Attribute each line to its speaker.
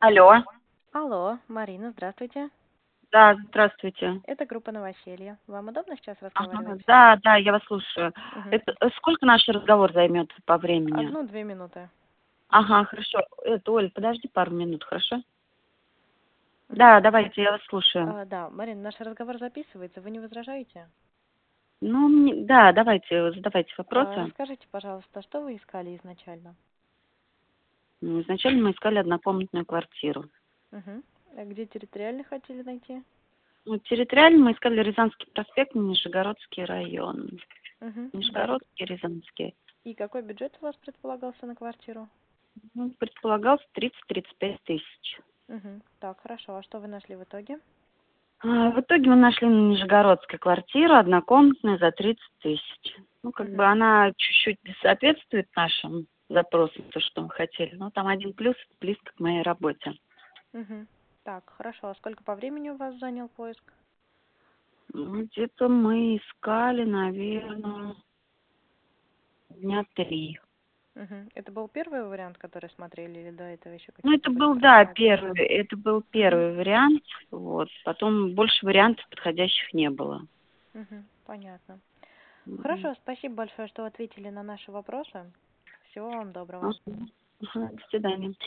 Speaker 1: Алло.
Speaker 2: Алло, Марина, здравствуйте.
Speaker 1: Да, здравствуйте.
Speaker 2: Это группа «Новоселье». Вам удобно сейчас
Speaker 1: Ага,
Speaker 2: разговаривать?
Speaker 1: да, да, я вас слушаю.
Speaker 2: Мгм.
Speaker 1: Это, э, сколько наш разговор займет по времени?
Speaker 2: Одну-две минуты.
Speaker 1: Ага, хорошо. Это, Оль, подожди пару минут, хорошо? Да, давайте, я вас слушаю.
Speaker 2: А, да, Марина, наш разговор записывается, вы не возражаете?
Speaker 1: Ну, мне- да, давайте, э, задавайте
Speaker 2: А,
Speaker 1: вопросы.
Speaker 2: расскажите, пожалуйста, что вы искали изначально?
Speaker 1: М, Ну, Изначально мы искали однокомнатную квартиру.
Speaker 2: Мгм. А Где территориально хотели найти?
Speaker 1: Ну, территориально мы искали Рязанский проспект, Нижегородский район.
Speaker 2: Мгм.
Speaker 1: Нижегородский, Рязанский.
Speaker 2: И какой бюджет у вас предполагался на квартиру?
Speaker 1: Ну, предполагалось 30-35 тысяч.
Speaker 2: Мгм. Так, хорошо. А что вы нашли в итоге?
Speaker 1: А, В итоге мы нашли на Нижегородской квартиру, однокомнатную, за 30 тысяч. Ну, как бы
Speaker 2: Мгм.
Speaker 1: она чуть-чуть не соответствует нашим запросам, то, что мы хотели. Но там один плюс, близко к моей работе.
Speaker 2: Мгм. Так, хорошо. А сколько по времени у вас занял поиск?
Speaker 1: Ну, где-то мы искали, наверное, дня три.
Speaker 2: Мгм. Это был первый вариант, который смотрели, или до этого еще какие-то
Speaker 1: Ну, это
Speaker 2: были
Speaker 1: был, да,
Speaker 2: просмотры?
Speaker 1: первый, это был первый вариант, вот. Потом больше вариантов подходящих не было.
Speaker 2: Мгм. Понятно. Хорошо, спасибо большое, что ответили на наши вопросы. Всего вам доброго.
Speaker 1: Мгм. Ну, Ага, До свидания.